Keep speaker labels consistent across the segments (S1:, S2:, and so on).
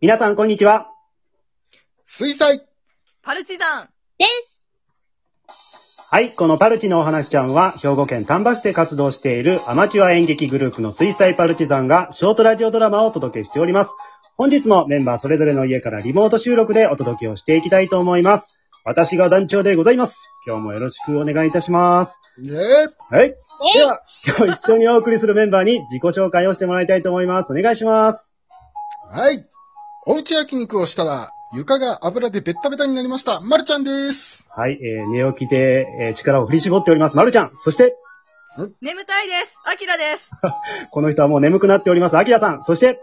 S1: 皆さん、こんにちは。
S2: 水彩
S3: パルチザン
S4: です。
S1: はい、このパルチのお話ちゃんは、兵庫県丹波市で活動しているアマチュア演劇グループの水彩パルチザンが、ショートラジオドラマをお届けしております。本日もメンバーそれぞれの家からリモート収録でお届けをしていきたいと思います。私が団長でございます。今日もよろしくお願いいたします。
S2: ねえ
S1: はい。
S4: え
S1: で
S4: い
S1: は、今日一緒にお送りするメンバーに自己紹介をしてもらいたいと思います。お願いします。
S2: はいおうち焼肉をしたら、床が油でベッタベタになりました。まるちゃんです
S1: はい、えー、寝起きで、えー力を振り絞っております。まるちゃん。そして、
S3: 眠たいですアキラです
S1: この人はもう眠くなっております。あきらさん。そして、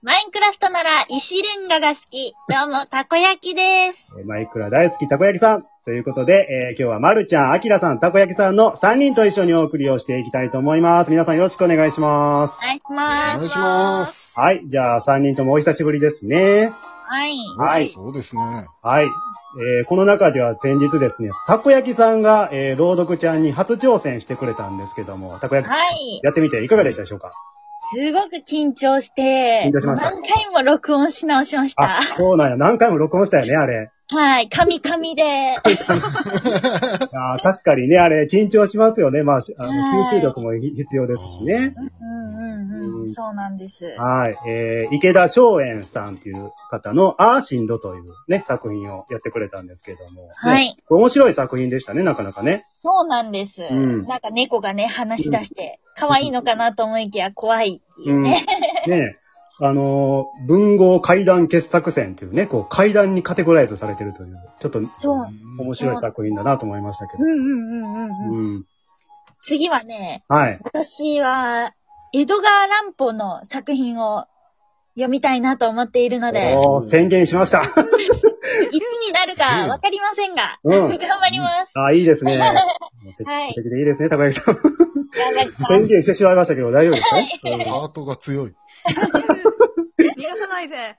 S4: マインクラフトなら石レンガが好き。どうも、たこ焼きです。
S1: えーマイクラ大好きたこ焼きさん。ということで、えー今日はまるちゃん、あきらさん、たこ焼きさんの3人と一緒にお送りをしていきたいと思います。皆さんよろしくお願いします
S4: お。願いし
S2: お
S4: ま
S2: 願
S4: す。
S2: いします。
S1: はい。じゃあ、3人ともお久しぶりですね。
S4: はい。
S1: はい。
S2: そうですね。
S1: はい。えーこの中では先日ですね、たこ焼きさんが、えー朗読ちゃんに初挑戦してくれたんですけども、たこ焼き、
S4: はい。
S1: やってみていかがでしたでしょうか
S4: すごく緊張して、
S1: 緊張しました
S4: 何回も録音し直しまし
S1: あ
S4: た。、
S1: そうなんや。何回も録音したよね、あ れ。
S4: はい。カミカミで。
S1: あー確かにね、あれ、緊張しますよね。まあ、しあ
S4: は
S1: の
S4: い
S1: 集中力も必要ですしね。
S4: うんうん
S1: う
S4: うんん。そうなんです。
S1: はい。えー、池田松園さんっていう方の、アーシンドというね、作品をやってくれたんですけども。
S4: は
S1: ね。
S4: い。
S1: これ面白い作品でしたね、なかなかね。
S4: そうなんです。
S1: うん。
S4: なんか猫がね、話し出して、可愛いのかなと思いきや怖いっていううんね。
S1: ねあのー文豪怪談傑作選というね、こう、怪談にカテゴライズされてるという、ちょっと
S4: そう。
S1: 面白い作品だなと思いましたけ
S4: う
S1: ど。
S4: んうんうんうんうん。
S1: うん。
S4: 次はね、
S1: はい。
S4: 私は、江戸川乱歩の作品を読みたいなと思っているので、
S1: おー宣言しま した。
S4: いつになるかわかりませんが、
S1: うん
S4: 頑張ります。
S1: あ、いいですね。もう 積
S4: はい
S1: 極的でいいですね、高木さん。
S4: 頑張ります。
S1: 宣言してしまいましたけど、大丈夫ですか、うん
S2: ハートが強い。
S3: 逃がさないぜ
S1: あ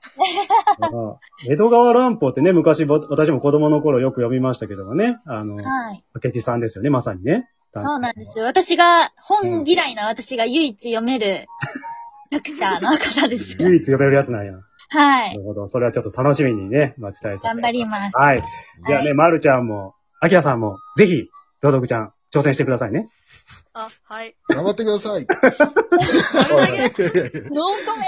S1: 江戸川乱歩ってね、昔ぼ私も子供の頃よく読みましたけどもね、あの、
S4: はい。
S1: 明智さんですよね、まさにね。
S4: そうなんです。私が、本嫌いな私が唯一読める作者の方です。
S1: 唯一呼べるやつなんや。
S4: は。
S1: ないるほど。それはちょっと楽しみにね、待ちたいと思います。
S4: 頑張ります
S1: はい。じゃあね、まるちゃんも、あきらさんも、ぜひ、朗読ちゃん、挑戦してくださいね。
S3: あ、はい。
S2: 頑張ってく ださい。
S3: 丸投げ
S4: ノーコメン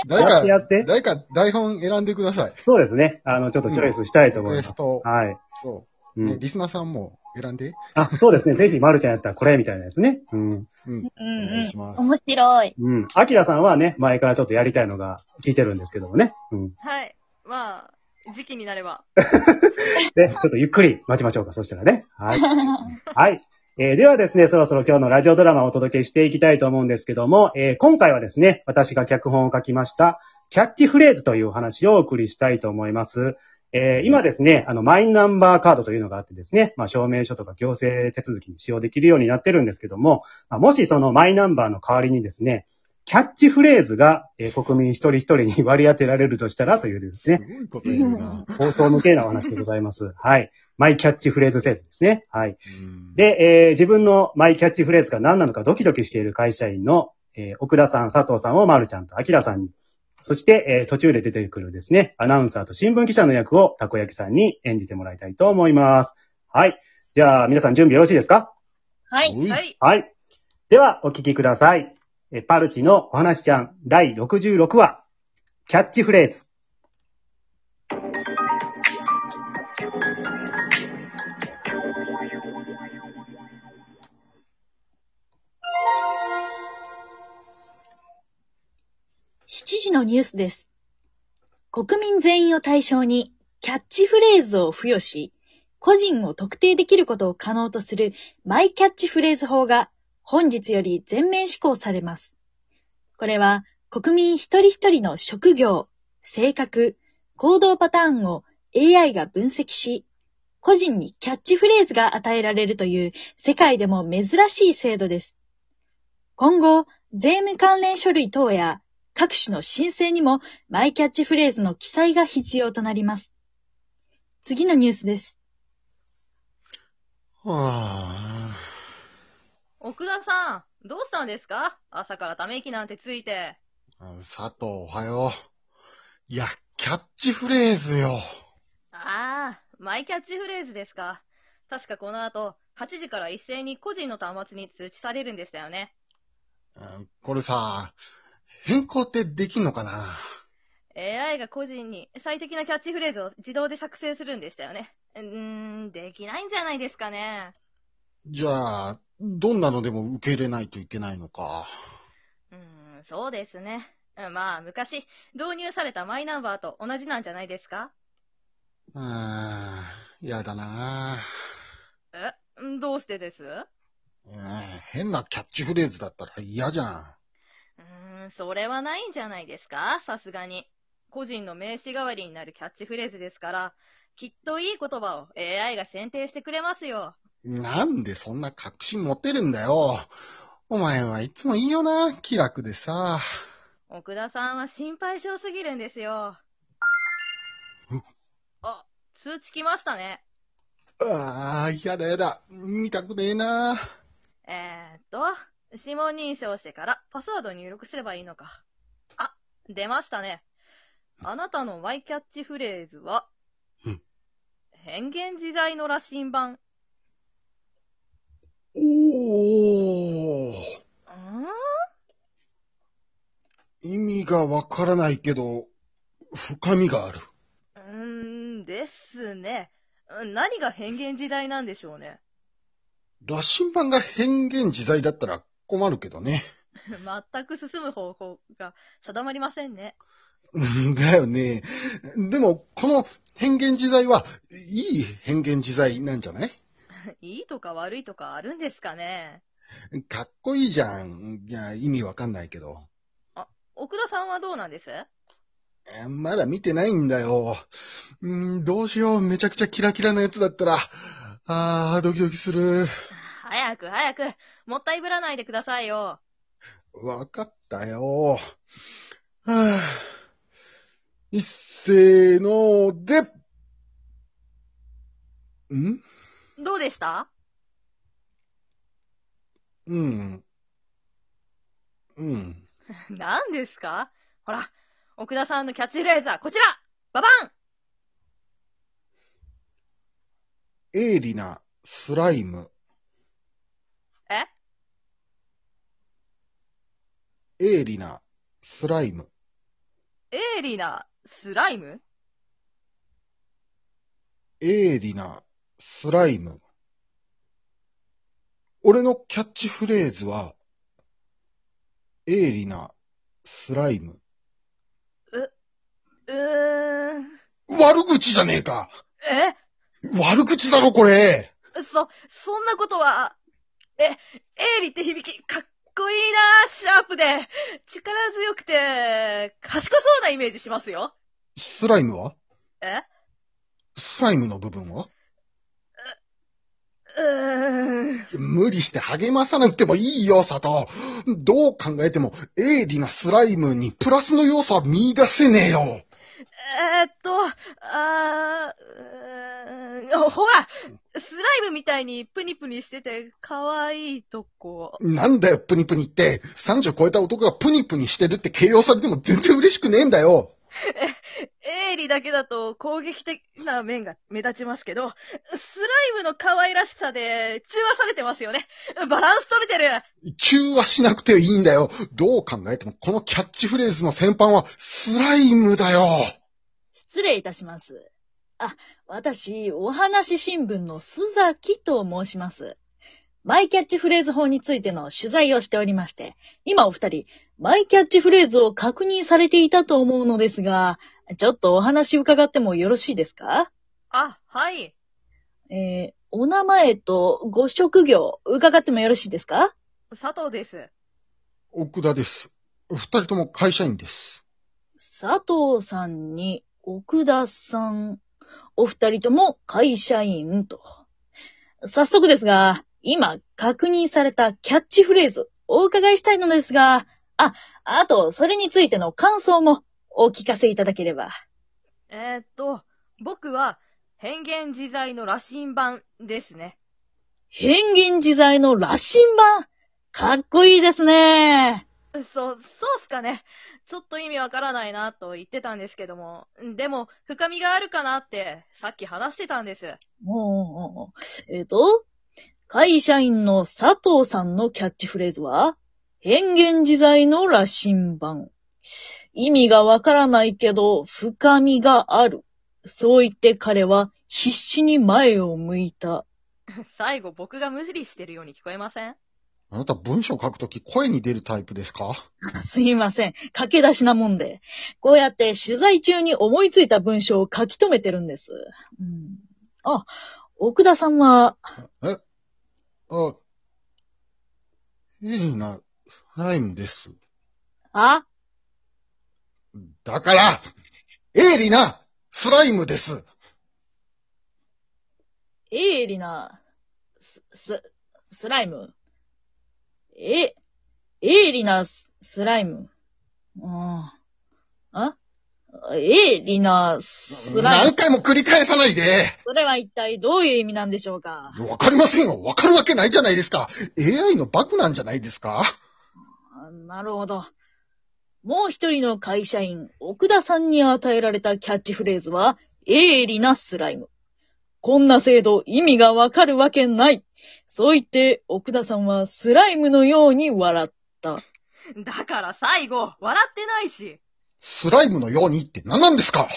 S4: ト
S2: 誰
S1: やってや
S2: か、
S1: って。
S2: 誰か台本選んでください。
S1: そうですね。あの、ちょっとチョイスしたいと
S2: リ
S1: 思い
S2: クエ
S1: ます
S2: ス。トを。
S1: はい。
S2: そうう。ね
S1: ん。
S2: リスナーさんも選んで。
S1: あ、そうですね。ぜひ、まるちゃんやったらこれ、みたいなですね。うん。
S2: うん。
S4: うん
S2: お願いします
S4: うん。面白い。
S1: うん。あきらさんはね、前からちょっとやりたいのが聞いてるんですけどもね。うん。
S3: はい。まあ、時期になれば。
S1: で、ちょっとゆっくり待ちましょうか、そしたらね。はい。はい。えーではですね、そろそろ今日のラジオドラマをお届けしていきたいと思うんですけども、えー今回はですね、私が脚本を書きました、キャッチフレーズというお話をお送りしたいと思います。えー今ですね、あの、マイナンバーカードというのがあってですね、まあ、証明書とか行政手続きに使用できるようになってるんですけども、まあもしそのマイナンバーの代わりにですね、キャッチフレーズが、えー国民一人一人に割り当てられるとしたらというですね
S2: す、ごいこと言うな。
S1: 放送向けなお話でございます。はい。マイキャッチフレーズ制度ですね。はい。
S2: うん、
S1: で、えー自分のマイキャッチフレーズが何なのかドキドキしている会社員の、えー奥田さん、佐藤さんを丸ちゃんと明さんに、そして、えー途中で出てくるですね、アナウンサーと新聞記者の役をたこ焼きさんに演じてもらいたいと思います。はい。じゃあ、皆さん準備よろしいですか
S4: はい。
S2: おい
S3: はい。
S1: はい。では、お聞きください。えーパルチのお話ちゃん第66話、キャッチフレーズ。
S4: 7時のニュースです。国民全員を対象にキャッチフレーズを付与し、個人を特定できることを可能とするマイキャッチフレーズ法が本日より全面施行されます。これは国民一人一人の職業、性格、行動パターンを AI が分析し、個人にキャッチフレーズが与えられるという世界でも珍しい制度です。今後、税務関連書類等や各種の申請にもマイキャッチフレーズの記載が必要となります。次のニュースです。
S2: はあ。
S3: 奥田さん、どうしたんですか朝からため息なんてついて。
S2: あ佐藤、おはよう。いや、キャッチフレーズよ。
S3: ああ、マイキャッチフレーズですか。確かこの後、8時から一斉に個人の端末に通知されるんでしたよね。
S2: うんこれさ、変更ってできんのかな
S3: AI が個人に最適なキャッチフレーズを自動で作成するんでしたよね。うーん、できないんじゃないですかね。
S2: じゃあ、どんなのでも受け入れないといけないのか。
S3: うーん、そうですね。うんまあ、昔、導入されたマイナンバーと同じなんじゃないですか
S2: うーん、やだな
S3: え、うんどうしてですう
S2: うん変なキャッチフレーズだったら嫌じゃん。
S3: ーん、それはないんじゃないですかさすがに。個人の名刺代わりになるキャッチフレーズですから、きっといい言葉を AI が選定してくれますよ。
S2: なんでそんな確信持てるんだよ。お前はいつもいいよな、気楽でさ。
S3: 奥田さんは心配性すぎるんですよ。あ、通知来ましたね。
S2: ああ、やだやだ。見たくねえな。
S3: えー、っと、指紋認証してからパスワードを入力すればいいのか。あ、出ましたね。あなたのワイキャッチフレーズは
S2: うん、
S3: 変幻自在の羅針盤。
S2: おー。
S3: うん
S2: 意味がわからないけど、深みがある。
S3: うーん、ですね。うん何が変幻自在なんでしょうね。
S2: 羅針盤が変幻自在だったら困るけどね。
S3: 全く進む方法が定まりませんね。
S2: うんだよね。でも、この変幻自在は、いい変幻自在なんじゃない
S3: いいとか悪いとかあるんですかね。
S2: かっこいいじゃん。いや、意味わかんないけど。
S3: 奥田さんはどうなんです
S2: えーまだ見てないんだよ。うんどうしよう。めちゃくちゃキラキラなやつだったら。あー、ドキドキする。
S3: 早く早く、もったいぶらないでくださいよ。
S2: わかったよ。はぁ。いっせーので。ん
S3: どうでした
S2: うん。うん。
S3: 何ですかほら、奥田さんのキャッチフレーズはこちらババン
S2: 鋭利なスライム。
S3: え
S2: 鋭利なスライム。
S3: 鋭利なスライム
S2: 鋭利なスライム。俺のキャッチフレーズは、鋭利なスライム。
S3: うーん。
S2: 悪口じゃねえか
S3: え
S2: 悪口だろ、これ
S3: そ、そんなことは、え、鋭利って響き、かっこいいなシャープで、力強くて、賢そうなイメージしますよ。
S2: スライムは
S3: え
S2: スライムの部分は
S3: うーん。
S2: 無理して励まさなくてもいいよ、佐藤。どう考えても、鋭利なスライムにプラスの要素は見出せねえよ。
S3: えーっと、あーうーん、ほら、スライムみたいにプニプニしてて、可愛いとこ。
S2: なんだよ、プニプニって。30超えた男がプニプニしてるって形容されても全然嬉しくねえんだよ。
S3: エイリだけだと攻撃的な面が目立ちますけど、スライムの可愛らしさで中和されてますよね。 バランス取れてる。
S2: 中和しなくていいんだよ。どう考えても、このキャッチフレーズの先般は、スライムだよ。
S4: 失礼いたします。あ、私、お話新聞の須崎と申します。マイキャッチフレーズ法についての取材をしておりまして、今お二人、マイキャッチフレーズを確認されていたと思うのですが、ちょっとお話伺ってもよろしいですか
S3: あ、はい。
S4: えー、お名前とご職業、伺ってもよろしいですか
S3: 佐藤です。
S2: 奥田です。二人とも会社員です。
S4: 佐藤さんに奥田さん、お二人とも会社員と。早速ですが、今確認されたキャッチフレーズ、お伺いしたいのですが、あ、あと、それについての感想もお聞かせいただければ。
S3: えーっと、僕は、変幻自在の羅針盤ですね。
S4: 変幻自在の羅針盤かっこいいですね。
S3: そう、そうっすかね。ちょっと意味わからないなと言ってたんですけども。でも、深みがあるかなって、さっき話してたんです。
S4: おーえっ、と、会社員の佐藤さんのキャッチフレーズは、変幻自在の羅針盤。意味がわからないけど、深みがある。そう言って彼は必死に前を向いた。
S3: 最後僕が無理してるように聞こえません
S2: あなた文章書くとき声に出るタイプですか
S4: すいません。駆け出しなもんで。こうやって取材中に思いついた文章を書き留めてるんです。うん、あ、奥田さんは、
S2: あ、変なライムです。
S4: あ、
S2: だから、鋭利なスライムです。
S4: ええりな、す、す、スライム。え、ええりな、ススライム。ああ。あええりな、スライ
S2: 何
S4: ム。
S2: 回も繰り返さないで。
S4: それは一体どういう意味なんでしょうか
S2: わかりませんよ。わかるわけないじゃないですか。AI のバグなんじゃないですか
S4: あなるほど。もう一人の会社員、奥田さんに与えられたキャッチフレーズは、ええりなスライム。こんな制度、意味がわかるわけない。そう言って、奥田さんはスライムのように笑った。
S3: だから最後、笑ってないし。
S2: スライムのようにって何なんですか